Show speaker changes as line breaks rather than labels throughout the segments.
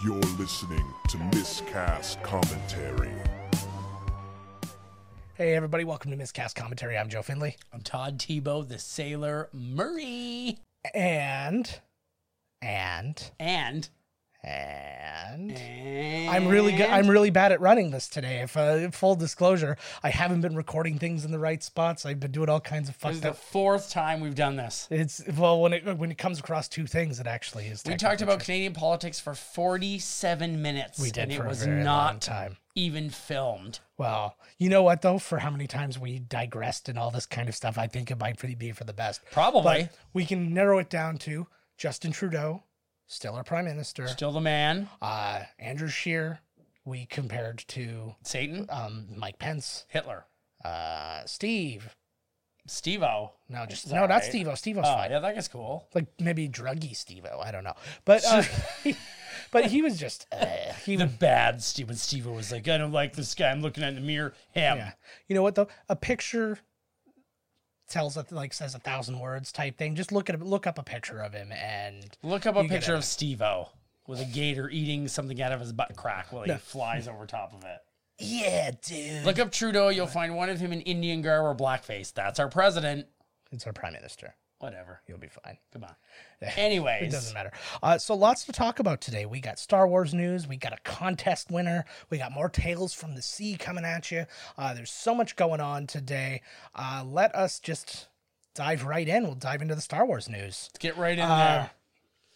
You're listening to Miscast Commentary.
Hey, everybody, welcome to Miscast Commentary. I'm Joe Finley.
I'm Todd Tebow, the Sailor Murray.
And, and,
And,
and.
and
I'm really good. I'm really bad at running this today. If uh, full disclosure, I haven't been recording things in the right spots. I've been doing all kinds of
This is
fucked
the
up.
fourth time we've done this.
It's well when it when it comes across two things, it actually is.
We
technically
talked about
true.
Canadian politics for 47 minutes.
we did
and
for
it was
a very
not
long time.
even filmed.
Well, you know what though? For how many times we digressed and all this kind of stuff, I think it might pretty be for the best.
Probably.
But we can narrow it down to Justin Trudeau, still our prime minister.
Still the man,
uh, Andrew Shear, we compared to
Satan,
um, Mike Pence,
Hitler,
uh, Steve.
Steve O.
No, just
It's
no,
all
not
right.
Steve. Oh, Steve
Oh,
was fine.
yeah, that gets cool.
Like maybe druggy Steve. Oh, I don't know. But uh, but he was just uh, he.
The bad Steve, when Steve O was like, I don't like this guy. I'm looking at the mirror. Him.
yeah. You know what though? A picture tells a, like says a thousand words type thing. Just look at look up a picture of him and
Look up a
You get
picture
it.
of Steve O with a gator eating something out of his butt crack while he flies over top of it.
yeah, dude.
Look up Trudeau. You'll find one of him in Indian garb or blackface. That's our president.
It's our prime minister.
Whatever.
You'll be fine.
Come on.
It
Anyways,
doesn't matter. Uh, so lots to talk about today. We got Star Wars news. We got a contest winner. We got more tales from the sea coming at you. Uh, there's so much going on today. Uh, let us just dive right in. We'll dive into the Star Wars news.
get right in
Uh,
there.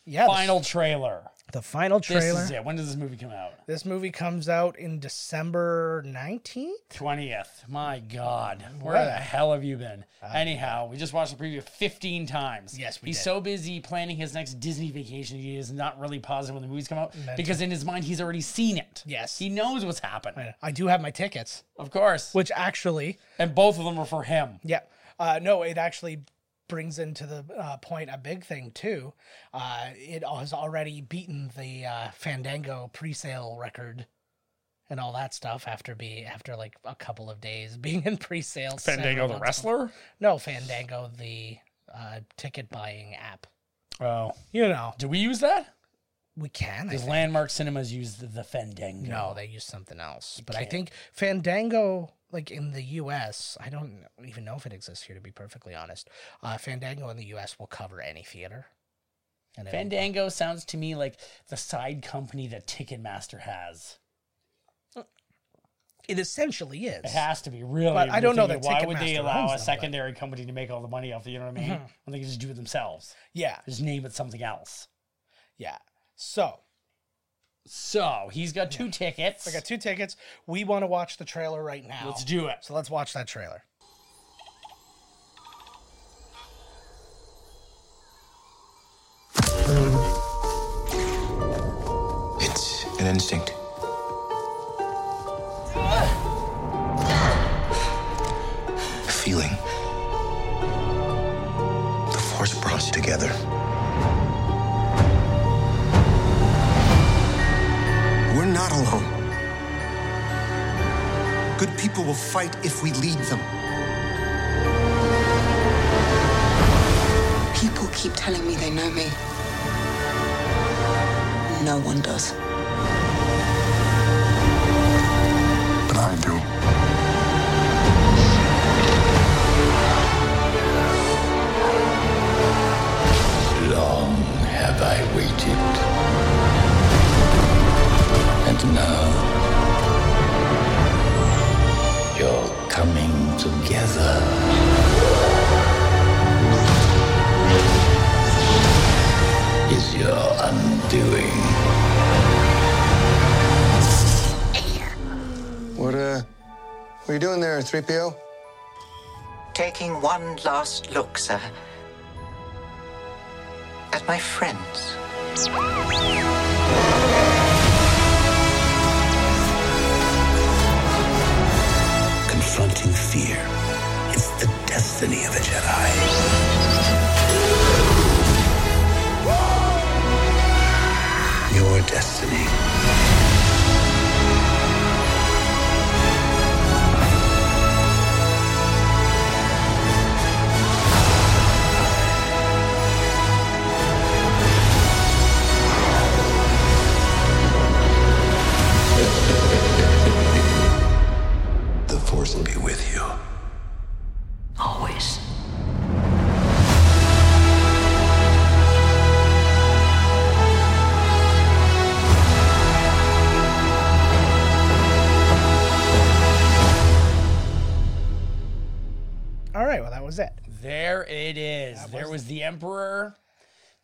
Yeah, the-
Final trailer.
the, final
This
trailer.
is
This,
it. When does this movie come out?
movie comes out in December 19th.
20th. My God. Where
What?
the hell have you been? Anyhow, we just watched the preview 15 times.
Uh, Yes, we
He's
did.
so busy planning his next Disney vacation, he is not really positive when the movies come out because in his mind, he's already seen it.
Yes.
He knows what's happened.
I do have my tickets,
Of course.
which actually,
And both of them were for him.
yeah, uh, no, it actually brings into the uh, point a big thing too. Uh, it has already beaten the uh, Fandango pre-sale record and all that stuff after be after like a couple of days being in pre-sale. several months. No, Fandango the uh, ticket buying app.
Oh.
You know,
Do we use that?
we can. I
Because
think.
landmark cinemas use the, the Fandango.
No, they use something else. But I think Fandango, like in the U.S., I don't even know if it exists here to be perfectly honest. Uh, Fandango in the U.S. will cover any theater. And it'll-
Fandango sounds to me like the side company that Ticketmaster has.
It essentially is.
It has to be really.
But I don't know
rethinking it.
that
why would they
Ticketmaster
allow
owns
a
them, Mm-hmm. but-
secondary company to make all the money off it? You know what I mean? When they can just do it themselves,
Yeah,
just name it something else.
yeah. So
So he's got two tickets.
I got two tickets. We want to watch the trailer right now.
Let's do it.
So let's watch that trailer.
It's an instinct. A feeling. The force brought us together.
We're not alone. Good people will fight if we lead them.
People keep telling me they know me. No one does.
But I do.
Long have I waited. And now, you're coming together. Is your undoing.
What, uh, what are you doing there, 3PO?
Taking one last look, sir, at my friends.
Confronting fear is the destiny of a Jedi. Your destiny
it is. There was the Emperor,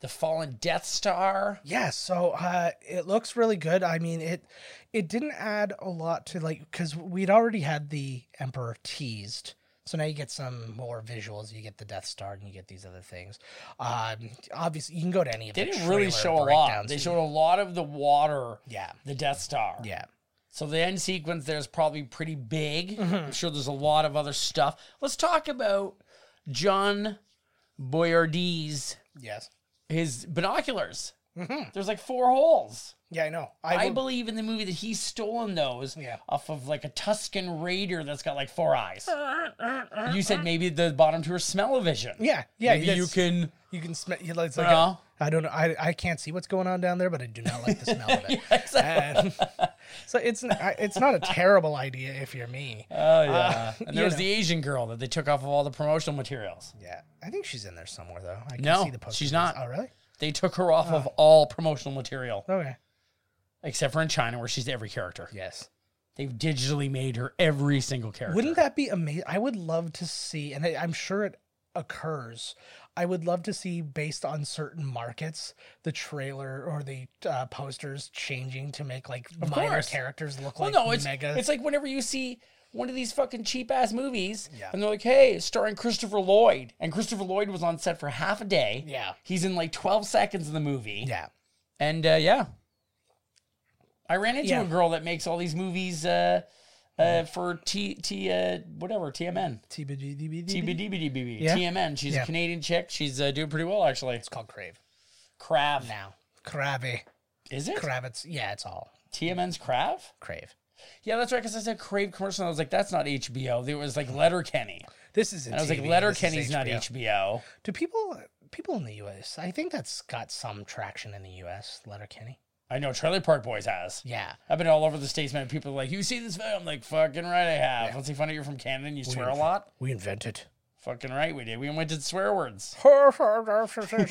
the fallen Death Star.
Yeah, so uh, it looks really good. I mean, it it didn't add a lot to like because we'd already had the Emperor teased, so now you get some more visuals. You get the Death Star and you get these other things. Um, obviously, you can go to any of.
They
the
didn't
trailer
really show a lot.
breakdowns.
They showed a lot of the water.
Yeah.
The Death Star.
yeah.
So the end sequence there's probably pretty big.
Mm-hmm.
I'm sure there's a lot of other stuff. Let's talk about John Boyardee's
Yes.
his binoculars. There's like four holes.
Yeah, I know.
I,
Mm-hmm. I, will
believe in the movie that he's stolen those
Yeah.
off of like a Tuscan raider that's got like four eyes. you said maybe the bottom two are smell o vision.
Yeah, yeah.
Maybe you
that's-
can
you can smell. you like, it's like
No.
a- I don't know. I, I can't see what's going on down there, but I do not like the smell of it. And- so it's n- I- it's not a terrible idea if you're me.
oh, And there
Uh, you
was
know.
the Asian girl that they took off of all the promotional materials.
yeah, I think she's in there somewhere though. I can
No,
see the poster.
she's not.
Oh really?
They took her off of all promotional material
Okay.
except for in China where she's every character.
Yes.
They've digitally made her every single character.
Wouldn't that be amazing? I would love to see, and I, I'm sure it occurs. I would love to see, based on certain markets, the trailer or the uh, posters changing to make like minor
course.
characters look
Well,
like
no, it's
mega.
it's like whenever you see one of these fucking cheap ass movies,
Yeah.
and they're like, "Hey, starring Christopher Lloyd," and Christopher Lloyd was on set for half a day.
Yeah.
he's in like twelve seconds in the movie.
yeah,
and uh, yeah, I ran into
Yeah.
a girl that makes all these movies uh, uh, for T T uh, whatever TMN
TBD.
TBDBDBB
Yeah.
TMN. She's a
Yeah.
Canadian chick. She's uh, doing pretty well actually.
It's called Oh, Crave.
Crab now.
Krabby.
Is it
Kravitz. Yeah, it's all
TMN's Crab?
Crave.
Yeah, that's right. Because I said Crave commercial, and I was like, "That's not HBO." It was like Letterkenny.
This is.
And I was like, Letterkenny's not HBO.
Do people people in the U.S. I think that's got some traction in the U.S. Letterkenny.
I know Trailer Park Boys has.
Yeah.
I've been all over the states, man. People are like, you see this film? I'm like, fucking right, I have. Let's see, funny you're from Canada and you swear a lot.
We invented.
Fucking right, we did. We invented swear words.
Lord, thunder, thunder,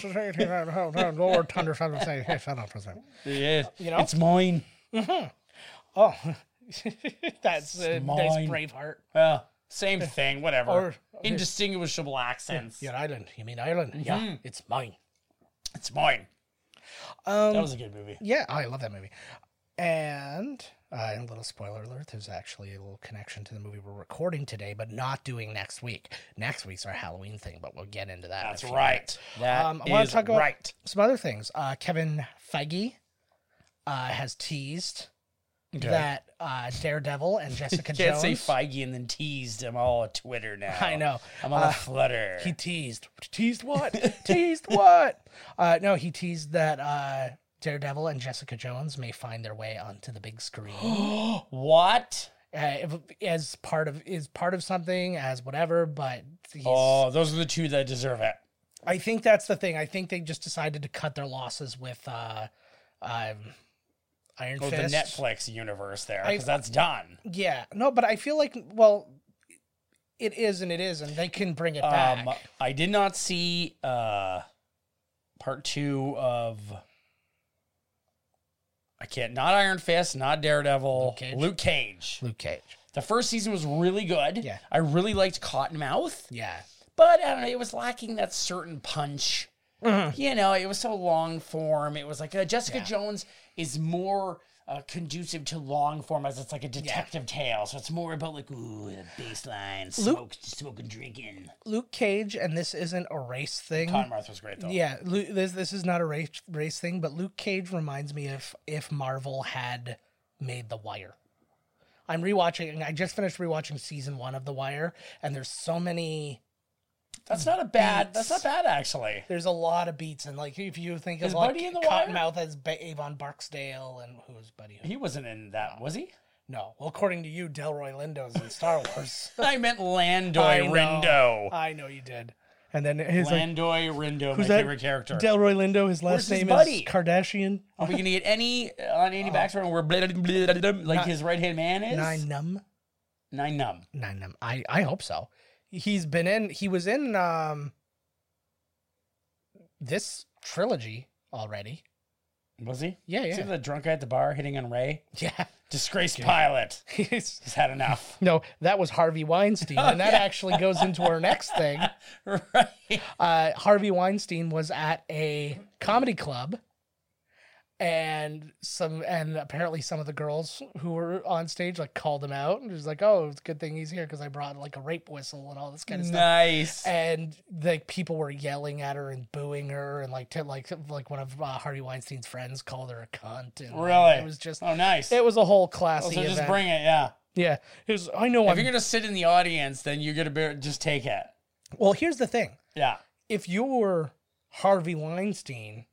say, hey, shut up for a second.
Yeah, you
know?
it's mine.
Oh, that's a
Mine.
nice Braveheart.
Well, same thing, whatever.
Or-
Indistinguishable accents.
Your island. You mean Ireland? Yeah, it's mine.
It's mine.
Um,
That was a good movie.
Yeah, I love that movie. And uh, and a little spoiler alert: there's actually a little connection to the movie we're recording today, but not doing next week. Next week's our Halloween thing, but we'll get into that. in a
That's
few
right.
minutes.
That
Um, I want
is
to talk about
right.
some other things. Uh, Kevin Feige uh, has teased that uh, Daredevil and Jessica
You
Jones.
can't say Feige and then teased. I'm all on Twitter now.
I know. Uh,
I'm on a flutter.
He teased. Teased what? teased what? Uh, no, he teased that uh, Daredevil and Jessica Jones may find their way onto the big screen
what?
uh, if- as part of is part of something as whatever. But he's,
Oh, those are the two that deserve it.
I think that's the thing. I think they just decided to cut their losses with uh, um, Iron
Oh, the
Fist.
Netflix universe there
I-
because that's done.
Yeah, no, but I feel like well, it is and it is, and they can bring it back.
Um, I did not see uh, part two of. I can't. Not Iron Fist. Not Daredevil. Luke Cage.
Cage? Luke Cage.
The first season was really good.
Yeah.
I really liked Cottonmouth,
Yeah.
but I don't know. It was lacking that certain punch. You know, it was so long form. It was like uh, Jessica Jones is more. Uh, conducive to long form as it's like a detective tale, so it's more about like ooh the baseline, smoke, smoking, drinking.
Luke Cage, and this isn't a race thing.
Cottonmouth was great though.
Yeah, Lu this this is not a race race thing, but Luke Cage reminds me of if Marvel had made The Wire. I'm rewatching. I just finished rewatching season one of The Wire, and there's so many.
That's not a bad. That's not bad actually.
There's a lot of beats, and like if you think
Is
of like
Buddy in The Wire?
Cottonmouth as ba- Avon Barksdale, and who's Buddy? Who?
He wasn't in that, was he?
No, well, according to you, Delroy Lindo's in Star Wars.
I meant Landoy
I know.
Rindo.
I know you did. And then his like,
Landoy Rindo, my
who's that?
favorite character.
Delroy Lindo. His last
Where's his
name
buddy?
is Kardashian.
Are we gonna get any on any backstory where blah, blah, blah, blah, blah, like his right hand man is
Nine Num.
Nine numb?
Nine Num. I I hope so. He's been in. He was in um this trilogy already.
Was he?
Yeah, yeah.
See the drunk guy at the bar hitting on Ray?
Yeah.
Disgraced pilot.
He's-
He's had enough.
no, that was Harvey Weinstein. and that actually goes into our next thing.
right.
Uh, Harvey Weinstein was at a comedy club. And some, and apparently some of the girls who were on stage like called him out and was like, "Oh, it's a good thing he's here because I brought like a rape whistle and all this kind of stuff."
Nice.
and like people were yelling at her and booing her and like to, like like one of uh, Harvey Weinstein's friends called her a cunt and like,
Really?
it was just
Oh, nice.
it was a whole
so
classy
just
event
bring it, yeah.
yeah it was I know
If
I'm,
you're gonna sit in the audience, then you're gonna be, just take it.
well here's the thing
Yeah.
if you're Harvey Weinstein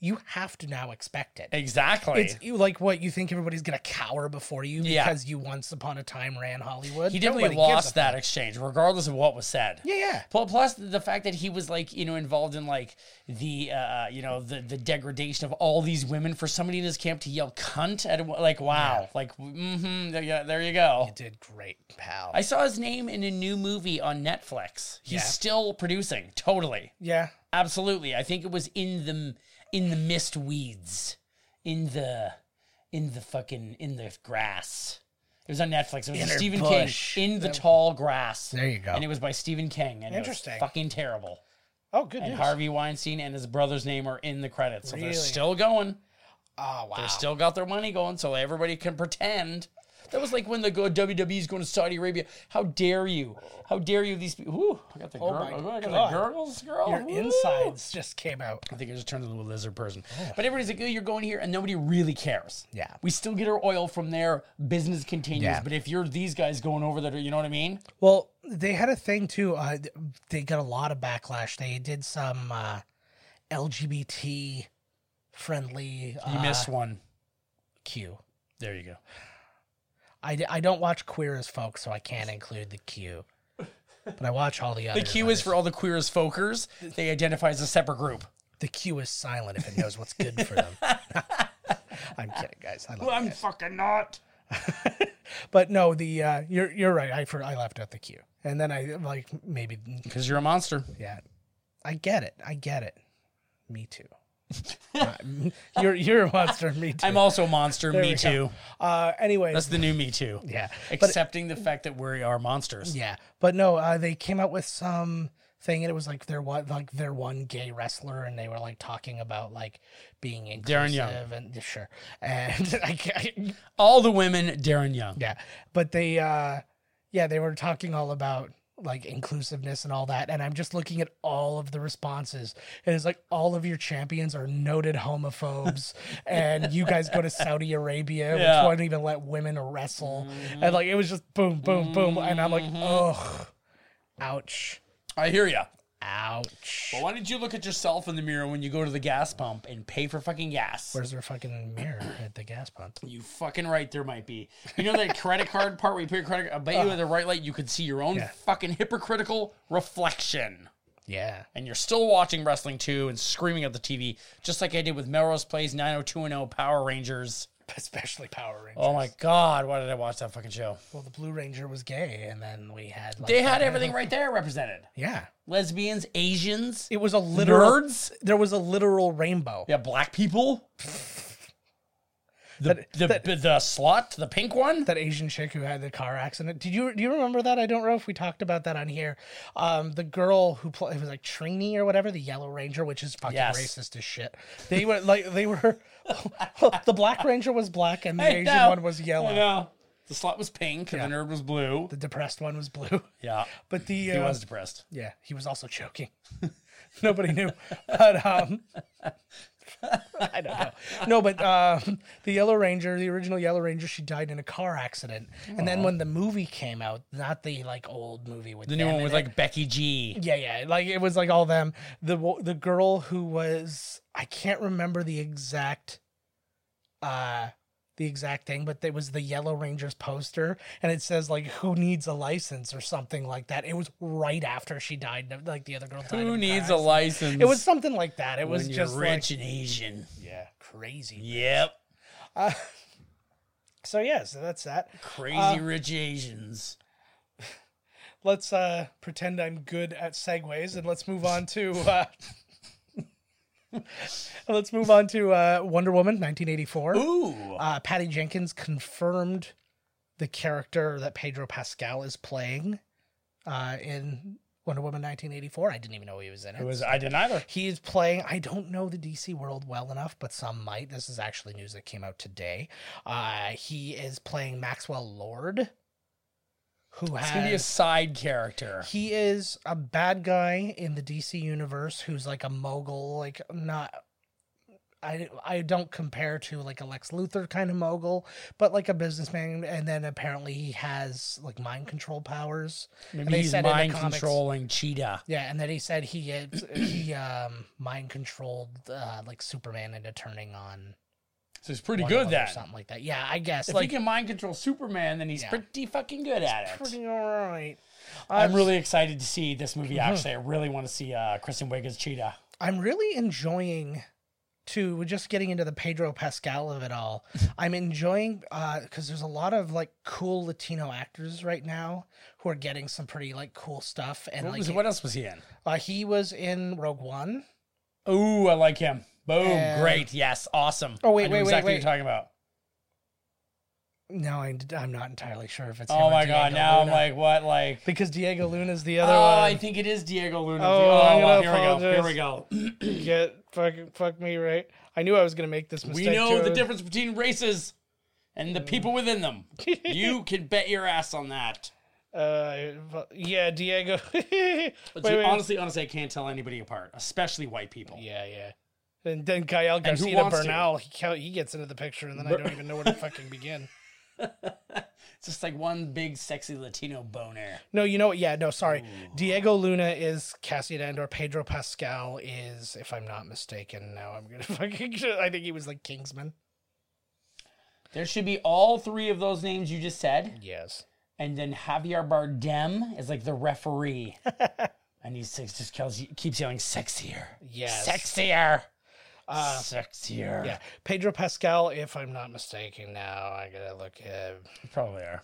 you have to now expect it
Exactly.
it's you, like what you think everybody's gonna cower before you
Yeah.
because you once upon a time ran Hollywood
he definitely
Nobody gives
lost
a-
that exchange, regardless of what was said.
yeah yeah
Pl- Plus the fact that he was like you know involved in like the uh, you know the the degradation of all these women for somebody in his camp to yell cunt at him, like wow like mm-hmm, there, you- there you go.
did great pal
I saw his name in a new movie on Netflix. He's
Yeah.
still producing, totally,
yeah
absolutely. I think it was in the in the mist weeds, in the in the fucking in the grass. It was on Netflix. It was
Inner
Stephen
bush.
King in the tall grass.
There you go.
And it was by Stephen King. And It
Interesting.
was fucking terrible
oh good
and
news.
Harvey Weinstein and his brother's name are in the credits. So
Really?
they're still going.
oh wow
They still got their money going, so everybody can pretend. That was like when the go WWE's going to Saudi Arabia. How dare you? How dare you? These people. Ooh, I got the,
Oh
gurg-
my
I got
God.
the gurgles, girl.
Your
Woo.
insides just came out.
I think I just turned into a lizard person. But everybody's like, oh, you're going here, and nobody really cares.
Yeah.
We still get our oil from there. Business continues.
Yeah.
But if you're these guys going over there, you know what I mean?
Well, they had a thing too. Uh, th- they got a lot of backlash. They did some uh, LGBT friendly uh,
You missed one.
Q.
There you go.
I, d- I don't watch Queer as Folk, so I can't include the Q. But I watch all the other.
The Q is for all the queer as folkers. They identify as a separate group.
the Q is silent if it knows what's good for them. I'm kidding, guys. I love you guys.
fucking not.
But no, the uh, you're you're right. I for, I left out the Q, and then I like maybe
Because you're a monster.
Yeah, I get it. I get it. Me too. Uh, you're you're a monster. Me too.
I'm also a monster.
we
me
go.
too.
uh, anyway,
That's the new me too.
yeah, but
Accepting the fact that we are monsters.
yeah, but no, uh, they came out with some thing, and it was like their one like their one gay wrestler, and they were like talking about like being inclusive
Darren Young.
and sure, and I, I,
All the women, Darren Young.
yeah, but they uh, yeah, they were talking all about like inclusiveness and all that and i'm just looking at all of the responses and it's like all of your champions are noted homophobes and you guys go to saudi arabia
Yeah.
which won't even let women wrestle and like it was just boom boom boom and i'm like
Mm-hmm.
ugh ouch
I hear ya.
ouch
But why don't you look at yourself in the mirror when you go to the gas pump and pay for fucking gas?
where's their fucking mirror at the gas pump
you fucking right, there might be. You know that credit card part where you put your credit card? I bet you at the right light you could see your own
Yeah.
fucking hypocritical reflection.
yeah
and you're still watching Wrestling 2 and screaming at the TV, just like I did with Melrose Place, 90210, Power Rangers.
especially power rangers
Oh my God, why did I watch that fucking show?
well the blue ranger was gay and then we had like,
They had everything right there represented
yeah
lesbians, Asians,
It was a literal.
Nerds?
There was a literal rainbow.
yeah, black people. The,
That-
the,
that-
the, slut, the pink one.
That Asian chick who had the car accident. Did you do you remember that? I don't know if we talked about that on here. Um, the girl who played it was like Trini or whatever, the Yellow Ranger, which is fucking
Yes.
racist as shit. They were like they were. the Black Ranger was black and the
I
Asian
know.
one was
I
yellow.
know. The slut was pink and the nerd was blue.
The depressed one was blue.
Yeah.
But the
He
uh,
was depressed.
yeah, he was also choking. Nobody knew, but um, I don't know. No, but um, the Yellow Ranger, the original Yellow Ranger, she died in a car accident, and then when the movie came out, not the like old movie with
The new
them
one
in
was
it.
like Becky G.
yeah, yeah, like it was like all them. The wo- the girl who was I can't remember the exact, uh. The exact thing, but it was the Yellow Ranger's poster, and it says like "Who needs a license" or something like that. It was right after she died, like the other girl. Died in
Who
a
needs
car
a license?
it was something like that. It was
when
just
you're
rich
rich and Asian.
yeah, crazy.
Yep.
So yeah, so that's that.
Crazy
Uh,
rich Asians.
Let's uh pretend I'm good at segues and let's move on to uh Let's move on to uh, Wonder Woman 1984. Ooh. Uh, Patty Jenkins confirmed the character that Pedro Pascal is playing uh, in Wonder Woman 1984. I didn't even know he was in it.
It was I didn't either.
He is playing. I don't know the DC world well enough, but some might. This is actually news that came out today. Uh, he is playing Maxwell Lord, who
It's gonna be a
has
side character.
he is a bad guy in the DC universe who's like a mogul, like not. I, I don't compare to like a Lex Luthor kind of mogul, but like a businessman. And then apparently he has like mind control powers. and
Maybe
they
he's
said in the
mind
comics-
controlling Cheetah.
yeah, and then he said he had, he um mind controlled uh, like Superman into turning on
So he's pretty
one of
good
them or
that.
something like that. Yeah, I guess
If
like
he can mind control Superman, then he's
Yeah.
pretty fucking good at it.
pretty all right.
I'm really excited to see this movie.
Uh-huh.
Actually, I really want to see uh, Kristen Wiig as Cheetah.
I'm really enjoying to we're just getting into the Pedro Pascal of it all. I'm enjoying because there's a lot of like cool Latino actors right now who are getting some pretty like cool stuff. And
What,
like
was, what else was he in?
Uh, he was in Rogue One.
Ooh, I like him. Boom,
And-
great, yes, awesome.
Oh, wait,
I
wait,
know
wait,
exactly
wait.
What you're talking about.
No, I, am not entirely sure if it's. him
Oh
or
my god,
Diego
now I'm
Luna.
like, what? Like,
because Diego Luna's the
oh,
other one.
I think it is Diego Luna.
Oh,
Oh,
I'm
well,
gonna
here we go. Here we go.
get fuck, fuck me right. I knew I was gonna make this
we
mistake. Mm.
know the
too.
difference between races and the people within them. you can bet your ass on that.
Uh, yeah, Diego. wait,
But
wait.
honestly, honestly, I can't tell anybody apart, especially white people.
Yeah, yeah. And then Gael
And who
Garcia
wants to?
Bernal, he, ca- he gets into the picture, and then I don't even know where to fucking begin.
It's just like one big sexy Latino boner.
No, you know what? Yeah, no, sorry. Diego Luna is Cassian Andor. Pedro Pascal is, if I'm not mistaken, now I'm gonna fucking. I think he was like Kingsman.
There should be all three of those names you just said,
Yes.
and then Javier Bardem is like the referee, and he s- just tells you- keeps yelling sexier,
Yes.
sexier,
Uh,
sexier.
yeah. Pedro Pascal, if I'm not mistaken, now I gotta look at.
you probably are.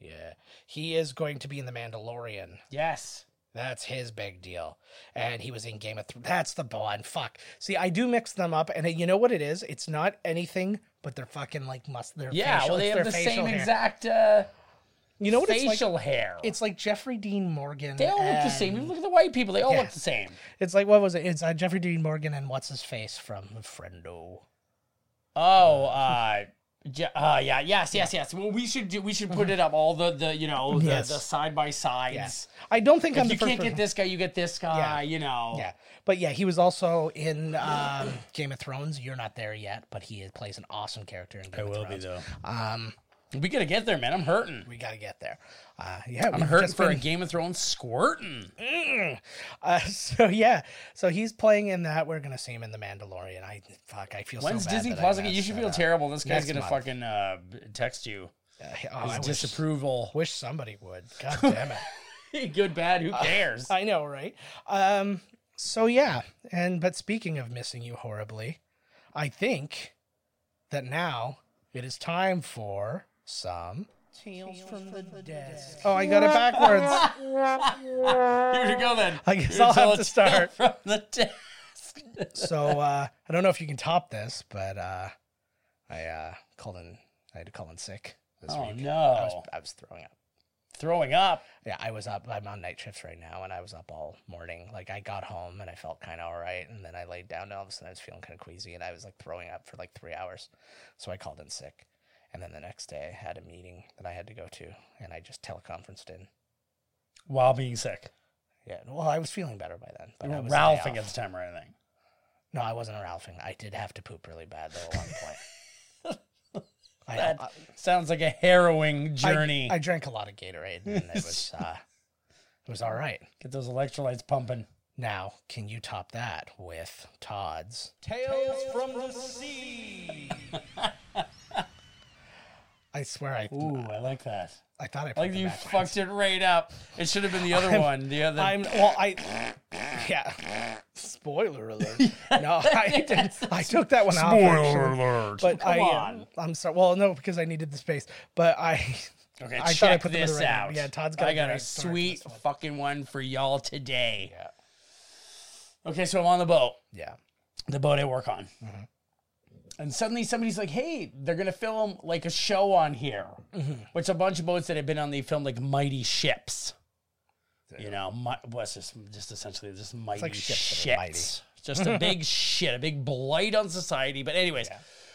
Yeah. He is going to be in The Mandalorian.
Yes,
That's his big deal. And he was in Game of Thrones. That's the Bond. Fuck. See, I do mix them up, and you know what it is? It's not anything, but they're fucking like must. Their
yeah.
facial,
well, they
it's
have the
their
same
facial hair.
exact uh,
You know what it's like?
facial hair.
It's like Jeffrey Dean Morgan.
they all look the same.
and-
Even look at the white people; they all
Yeah.
look the same.
It's like what was it? It's uh, Jeffrey Dean Morgan and what's his face from Friendo.
Oh, uh, Je- uh, yeah, yes, yes, yes. Well, we should do, we should put it up all the the you know the,
Yes.
the side by
Yeah.
sides.
I don't think I'm
If
the
you
first
can't
person.
get this guy, you get this guy.
Yeah.
You know.
Yeah, but yeah, he was also in um, Game of Thrones. You're not there yet, but he plays an awesome character in Game of Thrones. Um,
We gotta get there, man. I'm hurting.
we gotta get there. Uh, yeah,
I'm hurting for a Game of Thrones squirting.
Uh, so yeah, so he's playing in that. We're gonna see him in The Mandalorian. I fuck, I feel
When's
so bad.
Disney
that I
Plus? again? You
messed
should
that
feel
up.
terrible. This
Next
guy's gonna
month.
fucking uh, text you
Uh, oh,
his
I wish,
disapproval.
wish somebody would. God damn it.
Good, bad. Who cares?
Uh, I know, right? Um, so yeah, and but speaking of missing you horribly, I think that now it is time for some. Tales from the desk. Oh, I got it backwards.
Here we go then.
I guess
You're
I'll have
telling
to
us
start.
from the desk.
so uh, I don't know if you can top this, but uh, I uh, called in. I had to call in sick this
Oh
week. I was,
no!
I was throwing up.
Throwing up.
Yeah, I was up. I'm on night shifts right now, and I was up all morning. Like I got home and I felt kind of all right, and then I laid down. And all of a sudden, I was feeling kind of queasy, and I was like throwing up for like three hours. So I called in sick, and then the next day I had a meeting that I had to go to, and I just teleconferenced in.
while being sick.
Yeah, well, I was feeling better by then. But
You
I
weren't
was day
ralphing at
off.
the time or anything.
No, I wasn't ralphing. I did have to poop really bad though at one point. I,
That
I-
sounds like a harrowing
Uh, I-
journey.
I, drank a lot of Gatorade, and it was uh, it was all right.
Get those electrolytes pumping.
Now, can you top that with Todd's?
Tales from the sea.
I swear, I
Ooh, I like that.
I thought I
I
put
like
them
you
backwards.
fucked it right up. It should have been the other one. The other.
I'm well. I yeah. Spoiler alert. No, I didn't. I took that one out. Spoiler alert. But I, uh,
on.
I'm sorry. Well, no, because I needed the space. But I.
okay,
I thought I
check
put them in the
this
right
out.
order. Yeah, Todd's got
I
a
got a
great story for
sweet
this one.
fucking one for y'all today. Okay, so I'm on the boat.
Yeah.
the boat I work on.
Mm-hmm.
And suddenly somebody's like, hey, they're going to film like a show on here,
Mm-hmm.
which a bunch of boats that have been on, they filmed like mighty ships. You know, my, what's this? Just essentially this mighty
like ships that
shit.
are mighty.
Just a big shit, a big blight on society. But, anyways,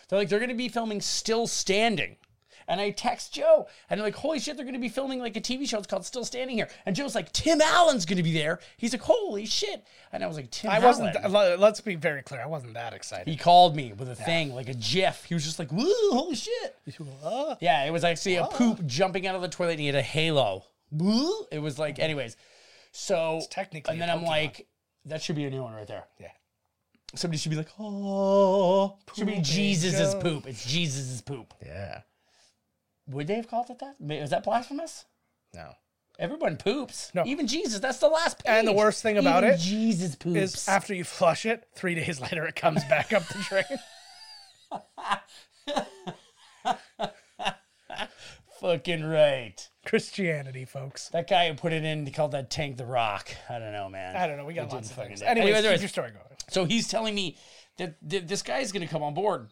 they're like, they're going to be filming Still Standing. And I text Joe, and I'm like, holy shit, they're going to be filming like a TV show. It's called Still Standing Here. And Joe's like, Tim Allen's going to be there. He's like, holy shit. And I was like, Tim
I wasn't.
Allen.
le- Let's be very clear. I wasn't that excited.
He called me with a thing, like a GIF. He was just like, "Woo, holy shit!" Yeah, it was actually a poop jumping out of the toilet. and He had a halo. Woo! It was like, anyways. So
technically
and then
a
I'm
Pokemon.
like, that should be a new one right there.
Yeah.
Somebody should be like, "Oh, should be Jesus's
Joe."
poop." It's Jesus's poop.
Yeah.
Would they have called it that? Ma- Is that blasphemous?
No.
Everyone poops.
No.
Even Jesus. That's the last. Page.
And the worst thing about
Even
it
Jesus poops.
Is after you flush it, three days later it comes back up the drain.
Fucking right.
Christianity, folks.
That guy who put it in, he called that tank the rock. I don't know, man.
I don't know. We got
didn't
lots of
fucking
things.
do it.
Anyways,
Anyways,
keep your story
anyways,
going.
so he's telling me that th- this guy is going to come on board.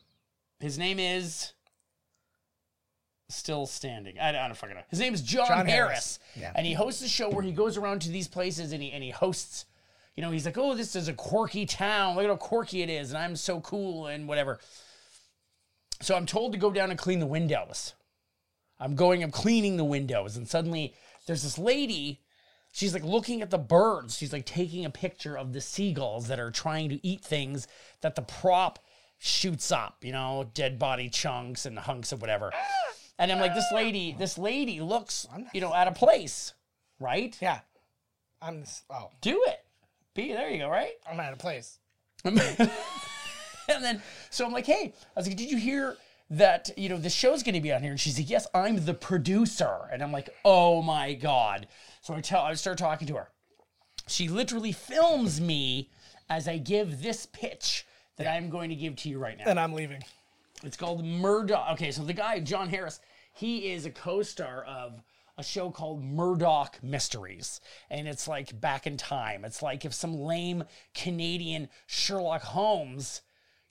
His name is still standing. I, I don't fucking know. His name is John,
John
Harris,
Harris. Yeah.
and he hosts a show where he goes around to these places and he and he hosts. You know, he's like, "Oh, this is a quirky town. Look at how quirky it is, and I'm so cool and whatever." So I'm told to go down and clean the windows. I'm going, I'm cleaning the windows, and suddenly there's this lady. She's like looking at the birds. She's like taking a picture of the seagulls that are trying to eat things that the prop shoots up, you know, dead body chunks and hunks of whatever. And I'm like, this lady, this lady looks, you know, out of place, right?
Yeah. I'm s- oh,
Do it. Be there you go, right?
I'm out of place.
and then so I'm like, hey, I was like, did you hear that you know the show's going to be on here? And she's like, yes, I'm the producer. And I'm like, oh my god. So I tell, I start talking to her. She literally films me as I give this pitch that I'm going to give to you right now.
And I'm leaving.
It's called Murdoch. Okay, so the guy, John Harris, he is a co star of a show called Murdoch Mysteries. And it's like back in time. It's like if some lame Canadian Sherlock Holmes,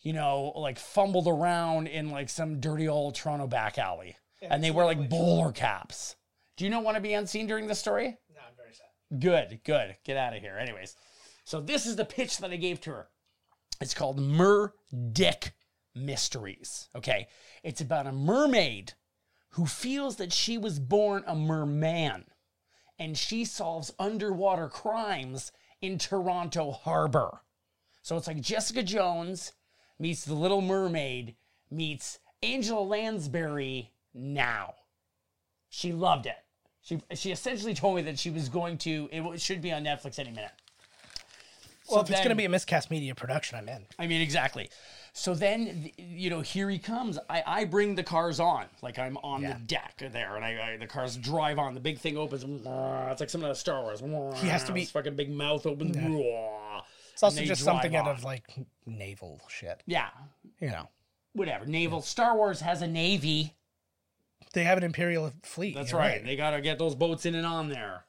you know, like fumbled around in like some dirty old Toronto back alley. and they wear like bowler caps. Do you not want to be unseen during the story? No, I'm very sad. Good, good. Get out of here. Anyways, so this is the pitch that I gave to her. It's called Murdick Mysteries. Okay. It's about a mermaid who feels that she was born a merman and she solves underwater crimes in Toronto Harbor. So it's like Jessica Jones meets The Little Mermaid meets Angela Lansbury now. She loved it. She, she essentially told me that she was going to, it w- should be on Netflix any minute.
Well, if it's going to
then-
be a miscast media production, I'm in.
I mean, exactly. So then, th- you know, here he comes. I, I bring the cars on, like I'm on the deck there, and I, I the cars drive on. The big thing opens. It's like something out of Star Wars. He
has to be-
fucking big mouth open.
It's also just something out of like naval shit.
yeah,
You know,
whatever. Naval Star Wars has a navy.
they have an imperial fleet.
That's
you're
right. They gotta get those boats in and on there.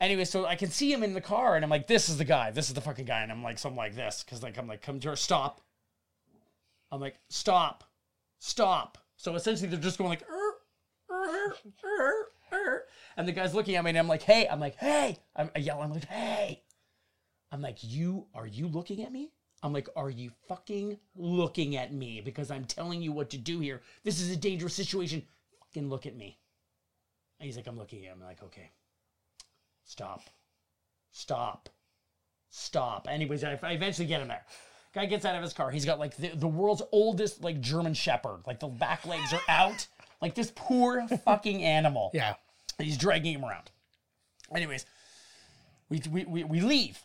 Anyway, so I can see him in the car, and I'm like, "This is the guy. This is the fucking guy." And I'm like, something like this, because like I'm like, "Come to her, stop." I'm like, "Stop, stop." So essentially, they're just going like, er, er, er, er. and the guy's looking at me, and I'm like, "Hey," I'm like, "Hey," I'm, I yell, I'm like, "Hey," I'm like, "You are you looking at me?" I'm like, "Are you fucking looking at me?" Because I'm telling you what to do here. This is a dangerous situation. Fucking look at me. And he's like, I'm looking at him. I'm like, okay, stop, stop, stop. Anyways, I, I eventually get him there. Guy gets out of his car. He's got like the, the world's oldest like German Shepherd. Like the back legs are out. Like this poor fucking animal.
Yeah.
And he's dragging him around. Anyways, we, we, we, we leave.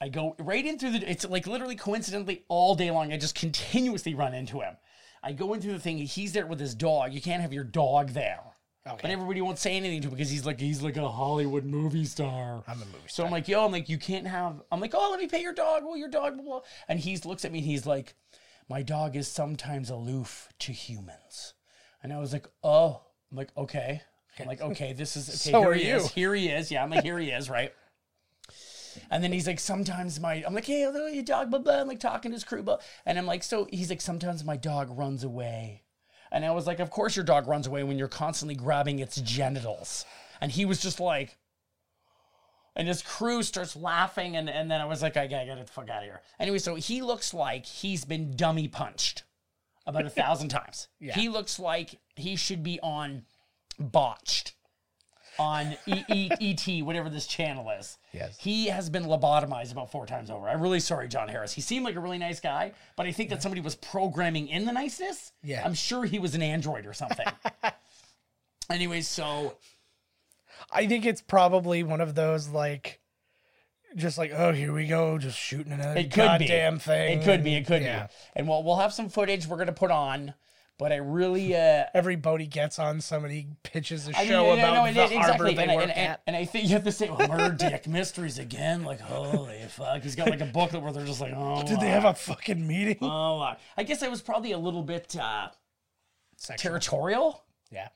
I go right in through the. It's like literally coincidentally all day long. I just continuously run into him. I go in through the thing. He's there with his dog. You can't have your dog there. But everybody won't say anything to him because he's like he's like a Hollywood movie star. I'm a movie star. So I'm like, yo, I'm like, you can't have. I'm like, oh, let me pay your dog. Well, your dog, blah, blah. And he looks at me and he's like, my dog is sometimes aloof to humans. And I was like, oh, I'm like, okay. I'm like, okay, this is okay.
So
here
are
he
you.
is. Here he is. Yeah, I'm like, here he is, right? And then he's like, sometimes my, I'm like, hey, hello, your dog, blah, blah. I'm like talking to his crew, blah. And I'm like, so he's like, sometimes my dog runs away. And I was like, of course your dog runs away when you're constantly grabbing its genitals. And he was just like, and his crew starts laughing. And, and then I was like, I gotta get the fuck out of here. Anyway, so he looks like he's been dummy punched about a thousand times. He looks like he should be on botched on E- E- ET, whatever this channel is.
Yes.
He has been lobotomized about four times over. I'm really sorry, John Harris. He seemed like a really nice guy, but I think that somebody was programming in the niceness.
Yeah.
I'm sure he was an android or something. Anyways, so
I think it's probably one of those like, just like oh here we go, just shooting another
it could
goddamn
be.
thing.
It could be. It could
Yeah.
be. And we'll, we'll have some footage we're going to put on, but I really, uh,
Every boat he gets on, somebody pitches a
I mean,
show
yeah,
about
no,
the
it is-
harbor they
and I,
work
and, I-
at.
and I think you have to say well, murder dick mysteries again. Like, holy fuck. He's got like a booklet where they're just like, oh.
Did they have a fucking meeting?
Oh, uh, I guess I was probably a little bit uh,
Sexual.
territorial
yeah.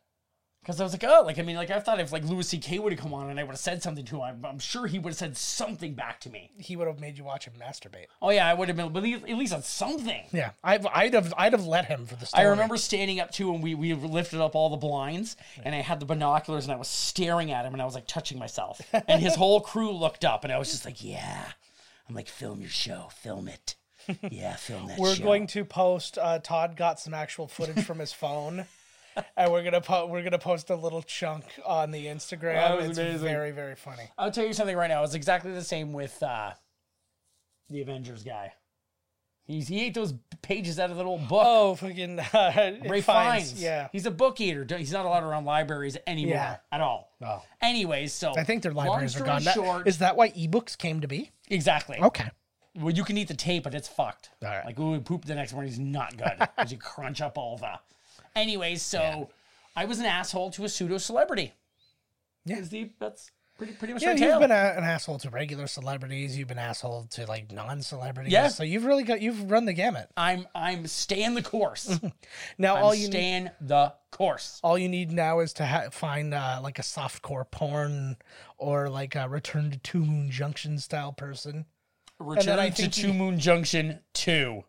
because I was like, oh, like I mean, like I thought if like Louis C.K. would have come on and I would have said something to him, I'm, I'm sure he would have said something back to me.
He would have made you watch him masturbate.
Oh yeah, I would have been, but at least on something.
Yeah, I've, I'd have, I'd have let him for the
I
story.
remember standing up too, and we we lifted up all the blinds, and I had the binoculars, and I was staring at him, and I was like touching myself, and his whole crew looked up, and I was just like, yeah, I'm like, film your show, film it, yeah, film that.
We're
show.
going to post. Uh, Todd got some actual footage from his phone, and we're gonna po- we're gonna post a little chunk on the Instagram.
That was
it's
amazing.
very very funny.
I'll tell you something right now. It's exactly the same with uh, the Avengers guy. He's he ate those pages out of the little book.
Oh fucking uh,
Ray
Ray
Fiennes.
Yeah,
he's a book eater. Don't- He's not allowed around libraries anymore
Yeah.
at all.
No.
Anyways, so
I think their
long
libraries are
story
gone. That- Is
short-
that why ebooks came to be?
exactly.
Okay.
Well, you can eat the tape, but it's fucked.
All right.
Like, ooh, we poop the next morning is not good because you crunch up all the. Anyways, so I was an asshole to a pseudo celebrity.
Yeah.
Is the, that's pretty pretty much
Yeah,
my
you've
tale.
been a, an asshole to regular celebrities. You've been asshole to like non-celebrities.
Yeah.
So you've really got you've run the gamut.
I'm I'm staying the course.
Now
I'm
all you need,
staying the course.
all you need now is to ha- find uh, like a softcore porn or like a Return to Two Moon Junction style person.
Return
I
to
think
Two
you-
Moon Junction Two.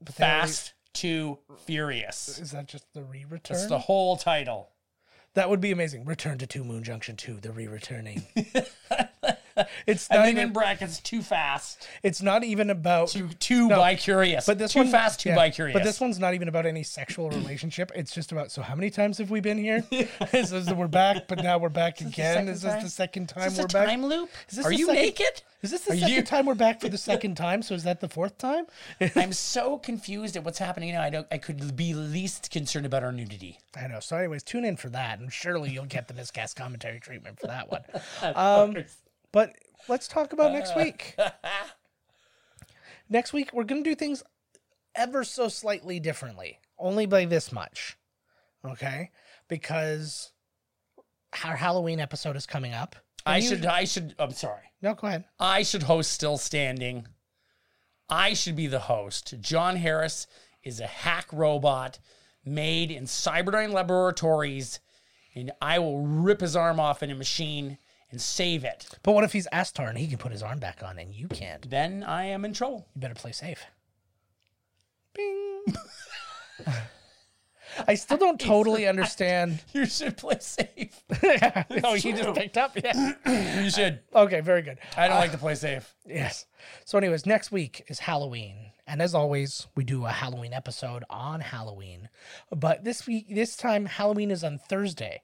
But they already-
Fast to Furious.
Is that just the re-return?
That's the whole title.
that would be amazing. Return to Two Moon Junction Two, the re-returning. it's
And
not
then in
even.
brackets, too fast,
It's not even about.
too too
No,
by curious,
but this
too
one,
fast, too
yeah,
by curious.
But this one's not even about any sexual relationship. It's just about so how many times have we been here? this is we're back, but now we're back again.
second
Is this
time?
the second time
Is this
we're
a
back?
time loop?
Is this
Are
the
you
second-
naked?
Is this the
Are
second
you-
time we're back for the second time? So is that the fourth time?
I'm so confused at what's happening now. I don't. I could be least concerned about our nudity.
I know. So, anyways, tune in for that, and surely you'll get the miscast commentary treatment for that one. Um, but let's talk about next week. next week, we're going to do things ever so slightly differently, only by this much. Okay? Because our Halloween episode is coming up.
I should. I should. I'm sorry.
No, go ahead.
I should host Still Standing. I should be the host. John Harris is a hack robot made in Cyberdyne Laboratories, and I will rip his arm off in a machine and save it.
But what if he's Astar and he can put his arm back on and you can't?
Then I am in trouble.
You better play safe. Bing. I still don't totally understand.
You should play safe.
no, Oh, you just
true.
picked up. Yeah.
you should.
Okay, very good.
I don't like to play safe.
Yes. So, anyways, next week is Halloween, and as always, we do a Halloween episode on Halloween. But this week, this time, Halloween is on Thursday.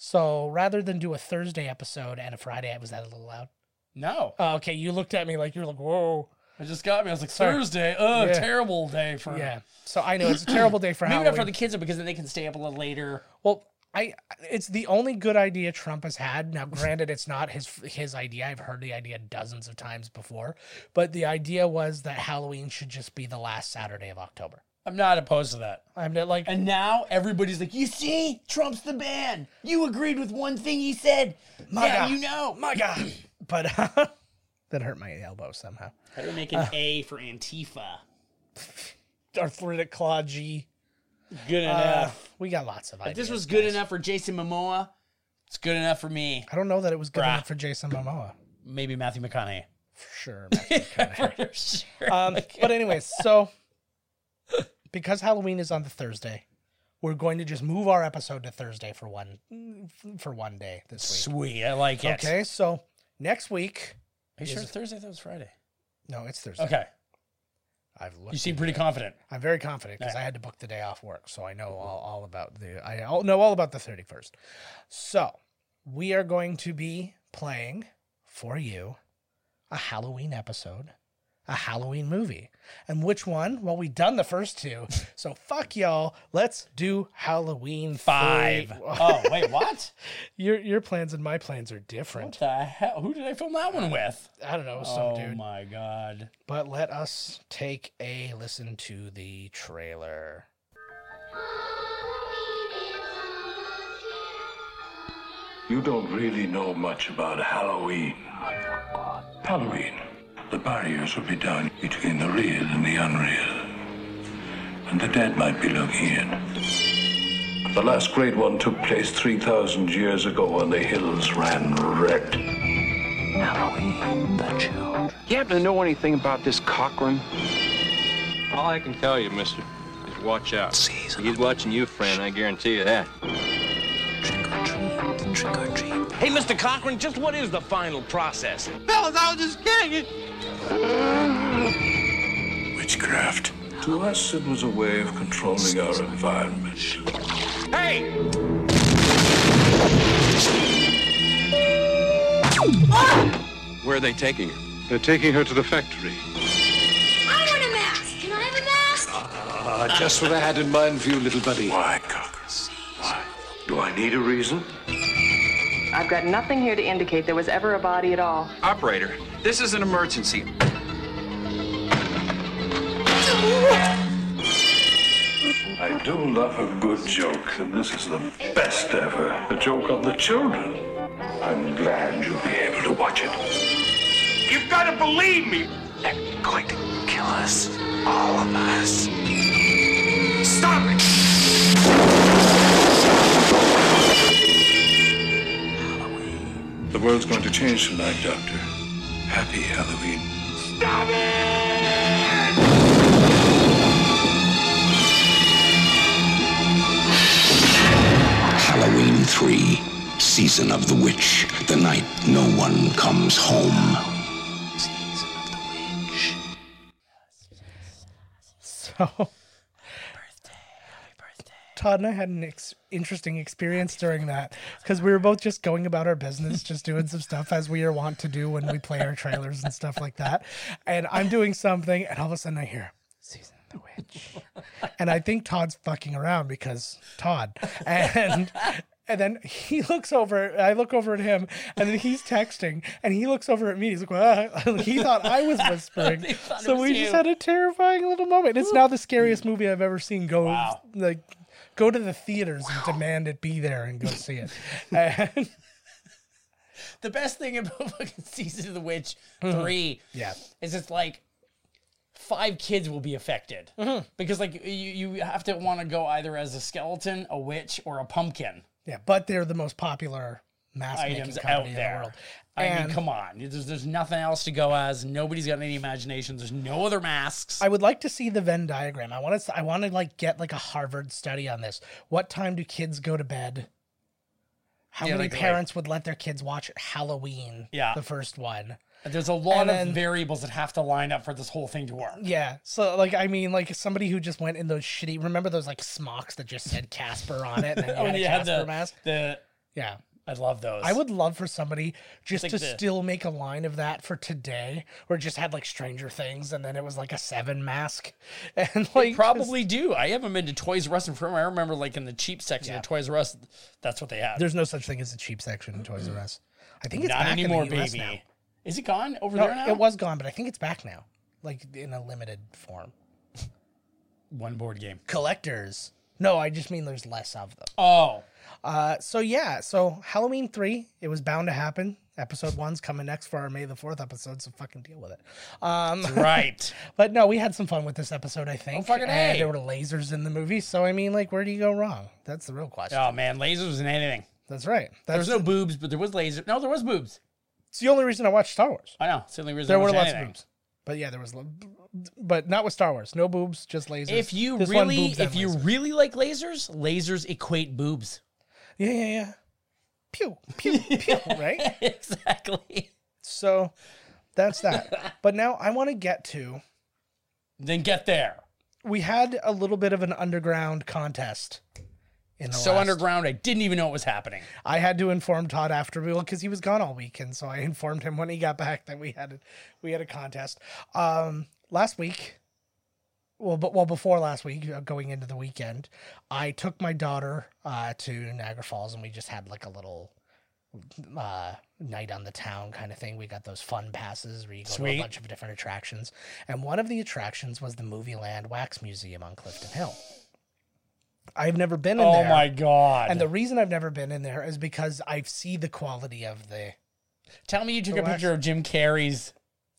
So rather than do a Thursday episode and a Friday, was that a little loud?
No.
Oh, okay, you looked at me like you're like, whoa.
It just got me. I was like,
Sorry.
Thursday. Oh,
Yeah.
terrible day for.
Yeah. So I know it's a terrible day for
Maybe
Halloween.
not for the kids because then they can stay up a little later.
Well, I it's the only good idea Trump has had. Now, granted, it's not his his idea. I've heard the idea dozens of times before, but the idea was that Halloween should just be the last Saturday of October.
I'm not opposed to that.
I'm not like
And now everybody's like, you see, Trump's the ban. You agreed with one thing he said. Now
God.
you know. oh My God.
but that hurt my elbow somehow.
How do we make an A for Antifa?
Arthritic claw G.
Good enough.
Uh, We got lots of ideas.
if Uh, this was good enough for Jason Momoa, it's good enough for me.
I don't know that it was good
Bruh.
enough for Jason Momoa.
maybe Matthew McConaughey.
Sure.
For sure.
Um, but anyways, so because Halloween is on the Thursday, we're going to just move our episode to Thursday for one for one day this week.
Sweet, I like it.
Okay, so next week.
Are you sure it's Thursday? I thought it was Friday.
No, it's Thursday.
Okay.
I've looked.
You seem pretty confident.
I'm very confident because
Yeah. Mm-hmm.
I had to book the day off work, so I know all, all about the I all, know all about the 31st. So we are going to be playing for you a Halloween episode, a Halloween movie, and which one? Well, we done the first two, so fuck y'all. Let's do Halloween
Five.
three.
oh, wait, what?
your your plans and my plans are
What
different.
the hell? Who did I film that one with?
I don't know, some
Oh
dude.
my god.
But let us take a listen to the trailer.
You don't really know much about Halloween. Halloween. The barriers will be down between the real and the unreal. And the dead might be looking in. The last great one took place 3,000 years ago and the hills ran red.
Halloween, the children.
You happen to know anything about this Cochrane?
All I can tell you, mister, is watch out.
Season.
He's watching you, friend, I guarantee you that.
Trick or treat, trick or treat.
Hey, Mr. Cochrane, just what is the final process?
Witchcraft. To us, it was a way of controlling our environment.
Hey! Where are they taking her?
They're taking her to the factory.
I want a mask. Can I have a mask?
Just what I had in mind for you, little buddy. Why, Cocker? Why? Do I need a reason?
I've got nothing here to indicate there was ever a body at all.
Operator, this is an emergency.
I do love a good joke, and this is the best ever. A joke on the children. I'm glad you'll be able to watch it.
You've got to believe me! They're going to kill us. All of us. Stop it!
The world's going to change tonight, Doctor. Happy Halloween.
Halloween 3, Season of the Witch, the night no one comes home. Season of the Witch.
So. Todd and I had an ex- interesting experience during that because we were both just going about our business, just doing some stuff as we are wont to do when we play our trailers and stuff like that. And I'm doing something, and all of a sudden I hear "Season of the Witch," and I think Todd's fucking around because Todd and. And then he looks over. I look over at him, and then he's texting, and he looks over at me. He's like, "Ah." "He thought I was whispering."
thought it
so
was
we just
you.
had a terrifying little moment. It's now the scariest movie I've ever seen. Go
Wow.
like go to the theaters and demand it be there and go see it. And
The best thing about fucking Season of the Witch
Hmm.
3
yeah,
is it's like five kids will be affected
Mm-hmm.
because like you, you have to want to go either as a skeleton, a witch, or a pumpkin
yeah, but they're the most popular mask making
items
company
out
in
there.
the world.
I
And
mean, come on. There's, there's nothing else to go as. Nobody's got any imagination. There's no other masks.
I would like to see the Venn diagram. I want to. I want to like get like a Harvard study on this. What time do kids go to bed? How
Yeah,
many
like- like-
parents would let their kids watch Halloween?
Yeah.
the first one.
There's a lot
And then-
of variables that have to line up for this whole thing to work.
Yeah. So like I mean like somebody who just went in those shitty remember those like smocks that just said Casper on it and then you had
When
a
you had
Casper
Oh, the,
mask.
the
Yeah.
I love those.
I would love for somebody just
Like
to
the-
still make a line of that for today where it just had like Stranger Things and then it was like a seven mask. And like
They probably do. I haven't been to Toys R Us in forever. I remember like in the cheap section
Yeah.
of Toys R Us, that's what they had.
there's no such thing as a cheap section in Toys R Us. I think it's
Not
back
anymore,
in the US
baby.
now.
Is it gone over
No,
there now?
it was gone, but I think it's back now. Like in a limited form.
one board game.
Collectors. No, I just mean there's less of them.
Oh,
Uh, so yeah, so Halloween three, it was bound to happen. Episode one's coming next for our May the Fourth episode, so fucking deal with it. Um,
right.
but no, we had some fun with this episode. I think.
Oh, fucking
And
A.
There were lasers in the movie, so I mean, like, where do you go wrong? That's the real question.
oh man, lasers and anything.
That's right.
There
That's
was no boobs, but there was laser. No, there was boobs.
It's the only reason I watched Star Wars.
I know. It's the only reason
There
I
were
watch
lots
anything.
of boobs, but yeah, there was, lo- but not with Star Wars. No boobs, just lasers.
If you
This one,
really,
boobs and
if you
lasers.
really like lasers, lasers equate boobs.
yeah, yeah, yeah, pew, pew, pew, right?
exactly.
So that's that. but now I want to get to.
Then get there.
We had a little bit of an underground contest. In the
So
last-
underground, I didn't even know it was happening.
I had to inform Todd after we because he was gone all week, and so I informed him when he got back that we had we had a contest. Um, last week, well, but well before last week, uh, going into the weekend, I took my daughter uh, to Niagara Falls, and we just had like a little uh, night on the town kind of thing. We got those fun passes where you go to
Sweet.
a bunch of different attractions, and one of the attractions was the Movie Land Wax Museum on Clifton Hill. I've never been in
Oh
there.
my god!
And the reason I've never been in there is because I see the quality of the.
Tell me you took
The
a
wax-
picture of Jim Carrey's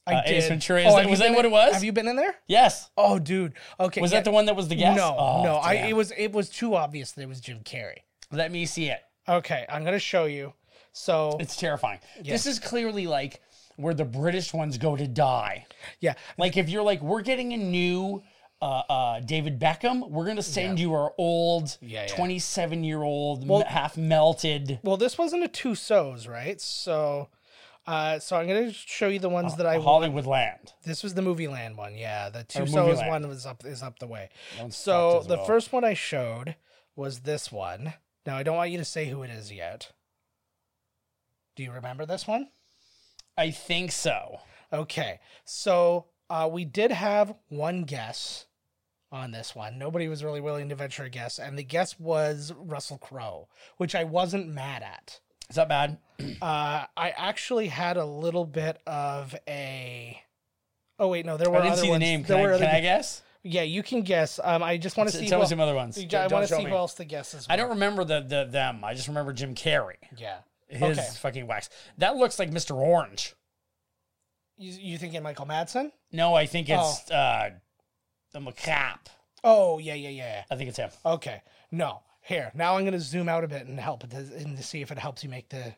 I
uh, Ace
did.
Ventura.
Oh,
Is that-
have you
was that
been
what it
in-
was?
Have you been in there?
Yes.
Oh, dude. Okay.
Was
yeah.
that the one that was the guest?
No,
Oh,
no. I,
damn.
it was it was too obvious that it was Jim Carrey.
Let me see it.
Okay, I'm gonna show you. So
It's terrifying.
Yeah.
This is clearly like where the British ones go to die.
yeah,
Like if you're like, we're getting a new uh, uh, David Beckham, we're gonna send you our old
Yeah, yeah.
27 year old
Well-
half melted.
well, this wasn't a two so's, right? So, uh, so I'm gonna show you the
Oh,
ones that I
Hollywood Land.
This was the movie land one, yeah. The two
Movie
so's
Land.
one was up is up the way.
one's
so
fucked as
the
well.
first one I showed was this one. Now I don't want you to say who it is yet. Do you remember this one?
I think so.
Okay. So uh, we did have one guess on this one. Nobody was really willing to venture a guess, and the guess was Russell Crowe, which I wasn't mad at.
Is that bad?
Uh, I actually had a little bit of a. Oh wait, no, there were
I didn't
other
see the
ones.
name.
There
Can,
were
I,
other
can I
gu-
guess?
Yeah, you can guess. Um, I just want to
T-
see.
tell
who
me some other ones.
I want
Don't-
to
don't
see
show
who
me.
else the guess is.
I don't remember the, the them. I just remember Jim Carrey.
Yeah.
His
Okay.
fucking wax. That looks like Mr. Orange.
You, you thinking Michael Madsen?
No, I think it's uh, the macabre.
Oh yeah, yeah, yeah.
I think it's him.
Okay. No. Here. Now I'm going to zoom out a bit and help it to, and to see if it helps you make the.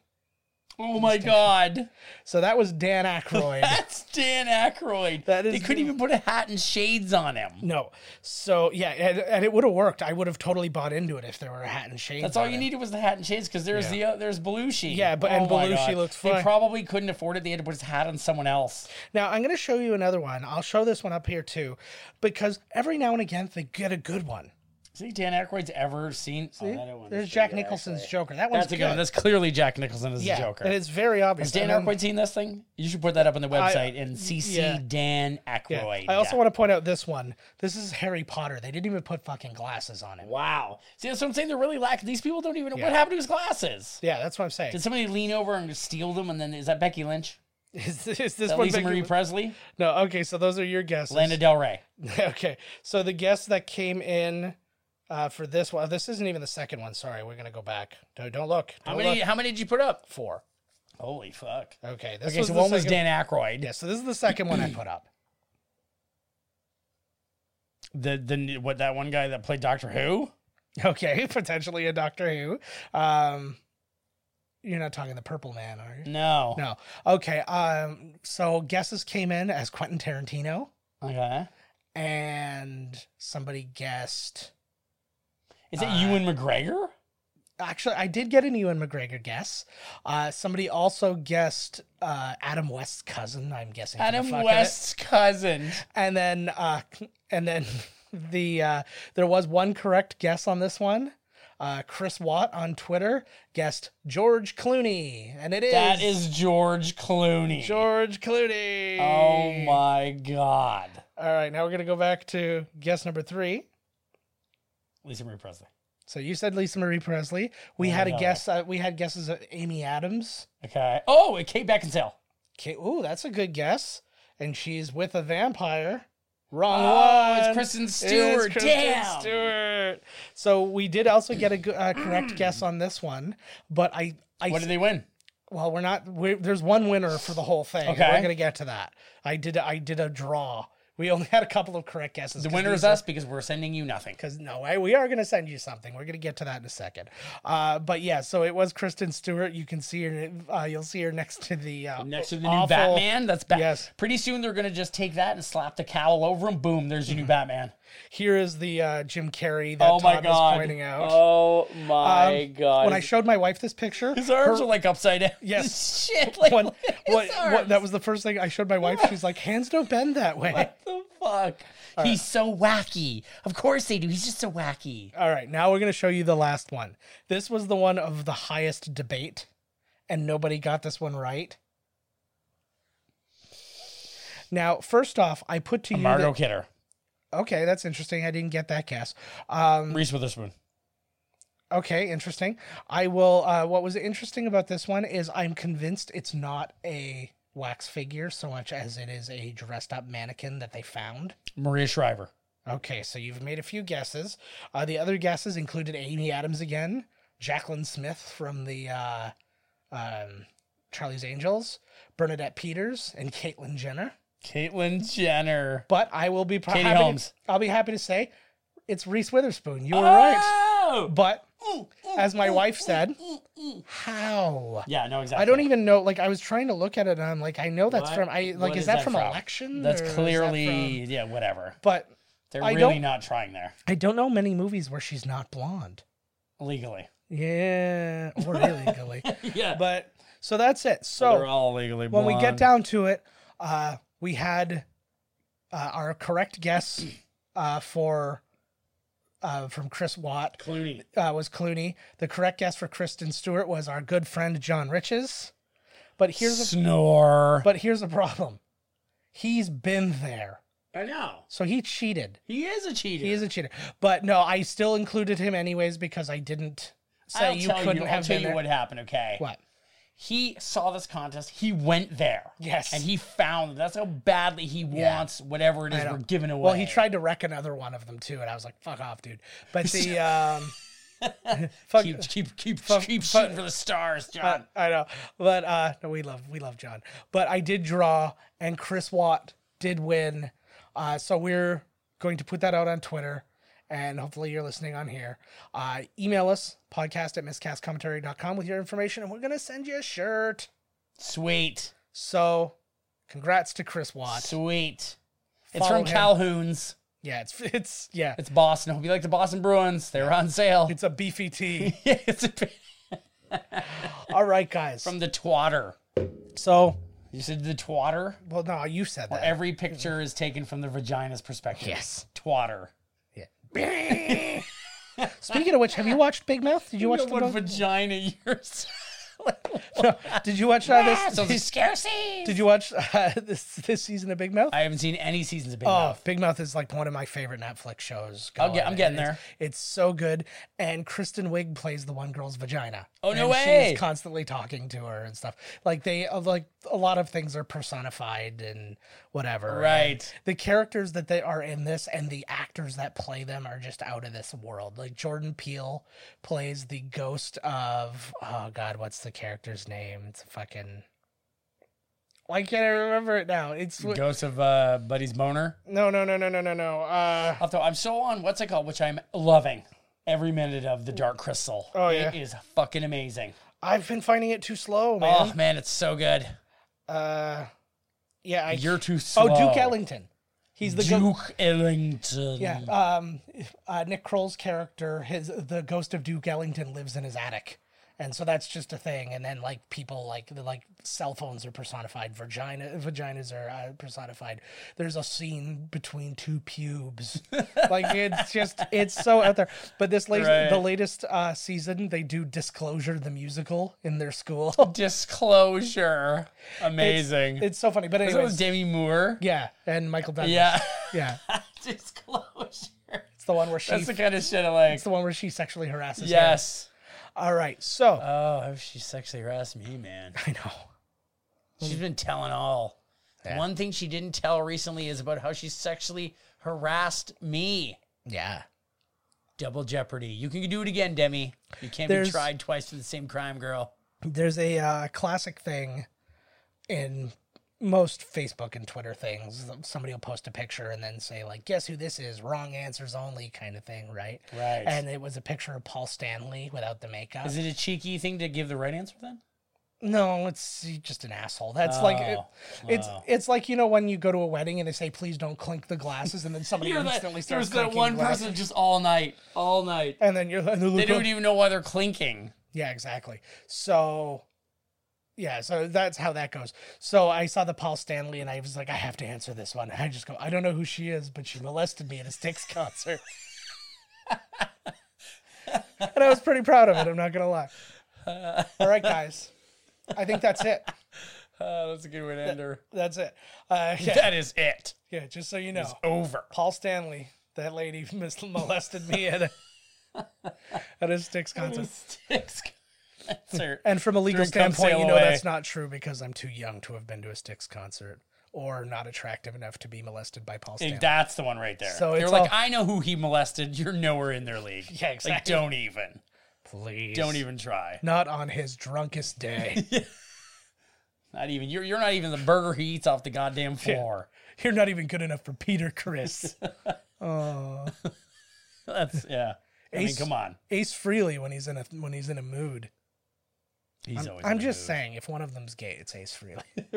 Oh my god.
So that was Dan Aykroyd.
That's Dan Aykroyd.
That is
they couldn't even put a hat and shades on him.
no. So yeah, and, and it would have worked. I would have totally bought into it if there were a hat and shades.
That's all
on
you
it.
needed was the hat and shades because there's the uh, there's Belushi. Oh
Yeah, but- and
my
Belushi
God.
looks
They
fine.
probably couldn't afford it. They had to put his hat on someone else.
Now I'm going to show you another one. I'll show this one up here too, because every now and again they get a good one.
See, Dan Aykroyd's ever seen? oh,
See?
that one
There's
is pretty
Jack
good,
Nicholson's
actually.
Joker. That one's
That's a good one. That's clearly Jack Nicholson as
yeah,
the Joker.
and it's very obvious.
Has Dan
And then-
Aykroyd seen this thing? You should put that up on the
I-
website and CC
yeah.
Dan Aykroyd.
I also want to point out this one. This is Harry Potter. They didn't even put fucking glasses on him.
Wow. See, that's what I'm saying. They're really lacking. These people don't even know what
Yeah.
happened to his glasses.
Yeah, that's what I'm saying.
Did somebody lean over and steal them? And then is that Becky Lynch?
Is, is this
Is that
one
Lisa
big-
Marie Presley?
No, okay, so those are your guesses.
Lana Del Rey.
okay, so the guess that came in uh, for this one, this isn't even the second one. Sorry, we're gonna go back. No, don't look.
How
Don't
many?
look.
How many did you put up?
Four.
Holy fuck.
Okay, this
okay,
was
so
the
one was
second-
Dan Aykroyd.
Yeah, so this is the second one I put up.
The the what that one guy that played Doctor Who?
Okay, potentially a Doctor Who. Um, you're not talking the Purple Man, are you?
No.
No. Okay. Um. So guesses came in as Quentin Tarantino,
Okay.
and somebody guessed.
Is it
Uh,
Ewan McGregor?
Actually, I did get an Ewan McGregor guess. Uh, somebody also guessed uh, Adam West's cousin. I'm guessing for the
Adam
fuck of it.
West's cousin.
And then, uh, and then the uh, there was one correct guess on this one. Uh, Chris Watt on Twitter guessed George Clooney, and it is
That is George Clooney.
George Clooney.
Oh my God.
All right, now we're gonna go back to guess number three.
Lisa Marie Presley.
So you said Lisa Marie Presley. We
Yeah,
had
I
a
know.
guess. Uh, we had guesses of Amy Adams.
Okay. Oh, and Kate Beckinsale.
Okay. Ooh, that's a good guess. And she's with a vampire. Wrong
Oh,
one.
it's
Uh,
Kristen
It's
Stewart.
Kristen
Damn.
Stewart. So we did also get a go- uh, correct guess on this one, but I, I,
What did they win?
well, we're not. We're, there's one winner for the whole thing. and
Okay.
We're gonna get to that. I did. I did a draw We only had a couple of correct guesses.
The winner is us because we're sending you nothing.
Because no way, we are going to send you something. We're going to get to that in a second. Uh, but yeah, so it was Kristen Stewart. You can see her. Uh, you'll see her next to the uh,
next to the new Batman. That's ba- yes. Pretty soon they're going to just take that and slap the cowl over him. Boom! There's your new Batman.
Here is Mm-hmm. the uh, Jim Carrey that oh my Todd god. pointing out.
Oh my
Um,
god!
When I showed my wife this picture,
his arms are like upside down.
Yes.
shit. Like
When-
look at his
what, what,
arms.
that was the first thing I showed my wife. She's like, hands don't bend that way.
What the fuck? He's so wacky. Of course they do. He's just so wacky.
All right, now we're going to show you the last one. This was the one of the highest debate, and nobody got this one right. Now, first off, I put to you.
Margot
that-
Kidder,
Okay, that's interesting. I didn't get that guess. Um,
Reese Witherspoon.
okay, interesting. I will. Uh, what was interesting about this one is I'm convinced it's not a wax figure so much as it is a dressed up mannequin that they found.
Maria Shriver.
Okay, so you've made a few guesses. Uh, the other guesses included Amy Adams again, Jacqueline Smith from the uh, um, Charlie's Angels, Bernadette Peters, and Caitlyn Jenner.
Caitlyn Jenner.
But I will be pro-
Katie
happy to-
Holmes.
I'll be happy to say it's Reese Witherspoon. You were
Oh!
right. But as my wife said, how?
Yeah, no, exactly.
I don't even know. Like I was trying to look at it, and I'm like, I know that's
What-
from. I like,
what
is that, from, election?
That's
or is that
clearly
from-
yeah, whatever.
But
They're
I
really
don't-
not trying there
I don't know many movies where she's not blonde.
legally.
Yeah, or illegally.
Yeah,
But so that's it. So
they're all legally.
when we get
blonde.
down to it, uh, we had uh, our correct guess uh, for uh, from Chris Watt
Clooney,
uh, was Clooney. The correct guess for Kristen Stewart was our good friend John Riches. But here's a
snore.
but here's the problem. He's been there,
I know
so he cheated.
he is a cheater.
He is a cheater. But no, I still included him anyways because I didn't say
I'll
you
tell
couldn't
you,
have
I'll tell
been
you
there.
what happened. Okay,
What?
he saw this contest, he went there.
Yes.
and he found it. that's how badly he
Yeah.
wants whatever it
I
is
know.
we're giving away.
Well, he tried to wreck another one of them too, and I was like, "Fuck off, dude." But the um, fuck,
keep keep keep
Fuck-
keep
fuck-
shooting for the stars,
uh,
John.
I know, but uh, no, we love we love John. But I did draw, and Chris Watt did win. Uh, so we're going to put that out on Twitter, and hopefully you're listening on here. Uh, email us podcast at miscastcommentary.com with your information, and we're gonna send you a shirt.
Sweet,
So, congrats to Chris Watt.
sweet. It's
Follow
from
him.
Calhoun's.
Yeah, it's it's yeah,
It's Boston. I hope you like the Boston Bruins. They're on sale.
it's a beefy tea.
Yeah, it's a,
All right, guys.
from the twatter.
so.
You said the twatter?
Well, no, you said that.
Every picture is taken from the vagina's perspective.
Yes.
Twatter.
Speaking of which, have you watched Big Mouth? Did you watch
know
the
what
Big
vagina yours?
Did you watch uh,
Ah,
this?
so
Did,
scarcity.
you watch uh, this this season of Big Mouth?
I haven't seen any seasons of Big
oh,
Mouth.
Big Mouth is like one of my favorite Netflix shows.
I'll get-
going,
I'm getting
and it's-
there.
It's so good, and Kristen Wiig plays the one girl's vagina.
Oh, no
And
way.
She's constantly talking to her and stuff. Like they, uh, like a lot of things are personified and whatever.
Right.
And the characters that they are in this and the actors that play them are just out of this world. Like Jordan Peele plays the ghost of oh god, what's the character's name? It's fucking. Why can't I remember it now? It's what-
Ghost of uh, Buddy's Boner.
no, no, no, no, no, no, no. Uh,
Although I'm so on what's it called, which I'm loving every minute of the Dark Crystal.
Oh, yeah.
It is fucking amazing.
I've been finding it too slow, man.
Oh man, it's so good.
Uh, yeah, I.
Oh. You're too slow.
Oh, Duke Ellington. He's the ghost.
Duke Ellington.
Yeah. Um, uh, Nick Kroll's character, his the ghost of Duke Ellington lives in his attic, and so that's just a thing. And then like people like the, like cell phones are personified, vagina vaginas are uh, personified. There's a scene between two pubes, like it's just it's so out there. But this latest the
Right.
latest uh, season, they do Disclosure the musical in their school. It's-
Disclosure. Amazing.
It's, so funny. But
Is it with
anyways,
Demi Moore?
yeah, and Michael Douglas.
Yeah.
yeah.
Disclosure.
It's the one where she.
That's the kind of shit I like.
it's the one where she sexually harasses. him.
Yes.
All right. So
Oh, I hope she sexually harassed me, man.
I know.
She's been telling all. The One thing she didn't tell recently is about how she sexually harassed me.
Yeah.
Double jeopardy. You can do it again, Demi. You can't
There's-
be tried twice for the same crime, girl.
There's a uh, classic thing in most Facebook and Twitter things, somebody will post a picture and then say like, "Guess who this is?" Wrong answers only, kind of thing, right?
Right.
And it was a picture of Paul Stanley without the makeup.
Is it a cheeky thing to give the right answer then?
No, it's he's just an asshole. That's like it,
Oh,
it's
wow.
it's like you know when you go to a wedding and they say please don't clink the glasses and then somebody
You're that,
instantly
there's
starts
that
clinking
one
glasses.
person just all night, all night.
and then you're and
They don't even know why they're clinking.
Yeah, exactly. So yeah, so that's how that goes. So I saw the Paul Stanley and I was like, I have to answer this one. I just go, I don't know who she is, but she molested me at a Styx concert. and I was pretty proud of it, I'm not gonna lie. All right, guys. I think that's it.
Uh, that's a good way to end her.
That's it. Uh, yeah.
That is it.
Yeah, just so you know.
It's over.
Paul Stanley, that lady mis- molested me at a, at a Styx concert.
Sticks concert.
And from a legal
During Come
standpoint,
Sail
you know
Away.
that's not true because I'm too young to have been to a Styx concert or not attractive enough to be molested by Paul Stanley.
That's the one right there.
So
they're
it's
like,
all-
I know who he molested. You're nowhere in their league.
Yeah,
Like,
exactly.
don't even.
Please.
Don't even try.
Not on his drunkest day.
Not even. You're, you're not even the burger he eats off the goddamn floor.
You're not even good enough for Peter Chris. oh.
That's yeah. I mean,
Ace-
come on.
Ace Freely when he's in a when he's in a mood.
He's
I'm,
always.
I'm
in the
just
mood.
saying, if one of them's gay, it's Ace Freely.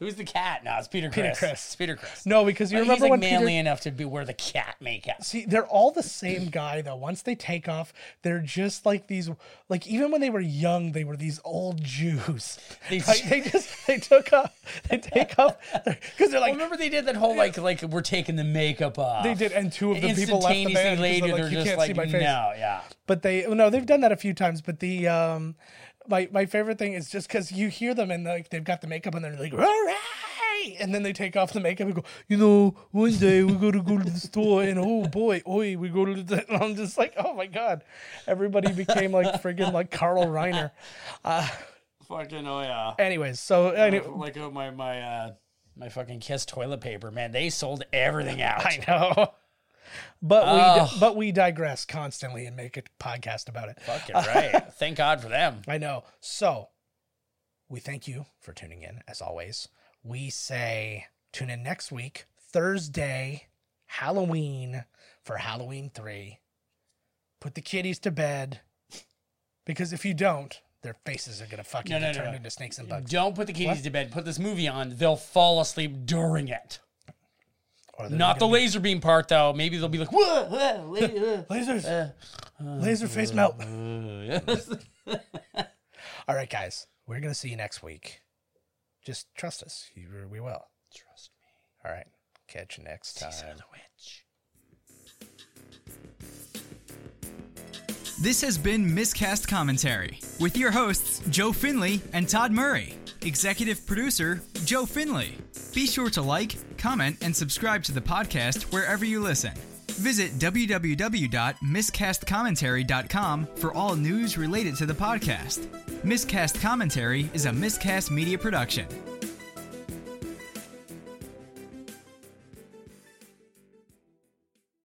Who's the cat? No, it's Peter
Peter
Chris.
Criss.
It's Peter Chris.
No, because you
But
remember
he's like
when
manly
Peter-
enough to be wear the cat makeup.
See, they're all the same guy though. Once they take off, they're just like these. Like even when they were young, they were these old Jews.
These-
Like, they just they took off. They take off because they're
Well,
like
remember they did that whole like like we're taking the makeup off.
Oh, they did, and two of the people left the
Instantaneously
band. 'cause
Later,
they're like, you
just
can't
like,
see my face.
No, yeah.
But they no, they've done that a few times. But the um, my my favorite thing is just because you hear them and like they've got the makeup and they're like hooray, and then they take off the makeup and go, you know, one day we gotta go to the store and oh boy, oi, we go to the. And I'm just like, oh my god, everybody became like friggin' like Carl Reiner. Uh,
Fucking oh yeah.
anyways, so anyway,
like oh, my my uh my fucking Kiss toilet paper, man. They sold everything out.
I know. But
Ugh.
we but we digress constantly and make a podcast about it.
Fucking right. Thank God for them.
I know. So we thank you for tuning in, as always. We say tune in next week, Thursday, Halloween, for Halloween 3. Put the kitties to bed. Because if you don't, their faces are going to fucking
No, no,
get
no,
turned
no.
into snakes and bugs.
Don't put the kitties
What?
to bed. Put this movie on. They'll fall asleep during it.
Or they're
Not the
gonna
laser beam part though. Maybe they'll be like, whoa, whoa, whoa,
be- Lasers.
whoa.
laser face melt.
Uh,
All right, guys. We're going to see you next week. Just trust us. You, we will.
Trust me.
All right. Catch you next time.
Season of the witch.
This has been Miscast Commentary with your hosts, Joe Finley and Todd Murray. Executive producer, Joe Finley. Be sure to like, comment, and subscribe to the podcast wherever you listen. Visit www.miscastcommentary.com for all news related to the podcast. Miscast Commentary is a miscast media production.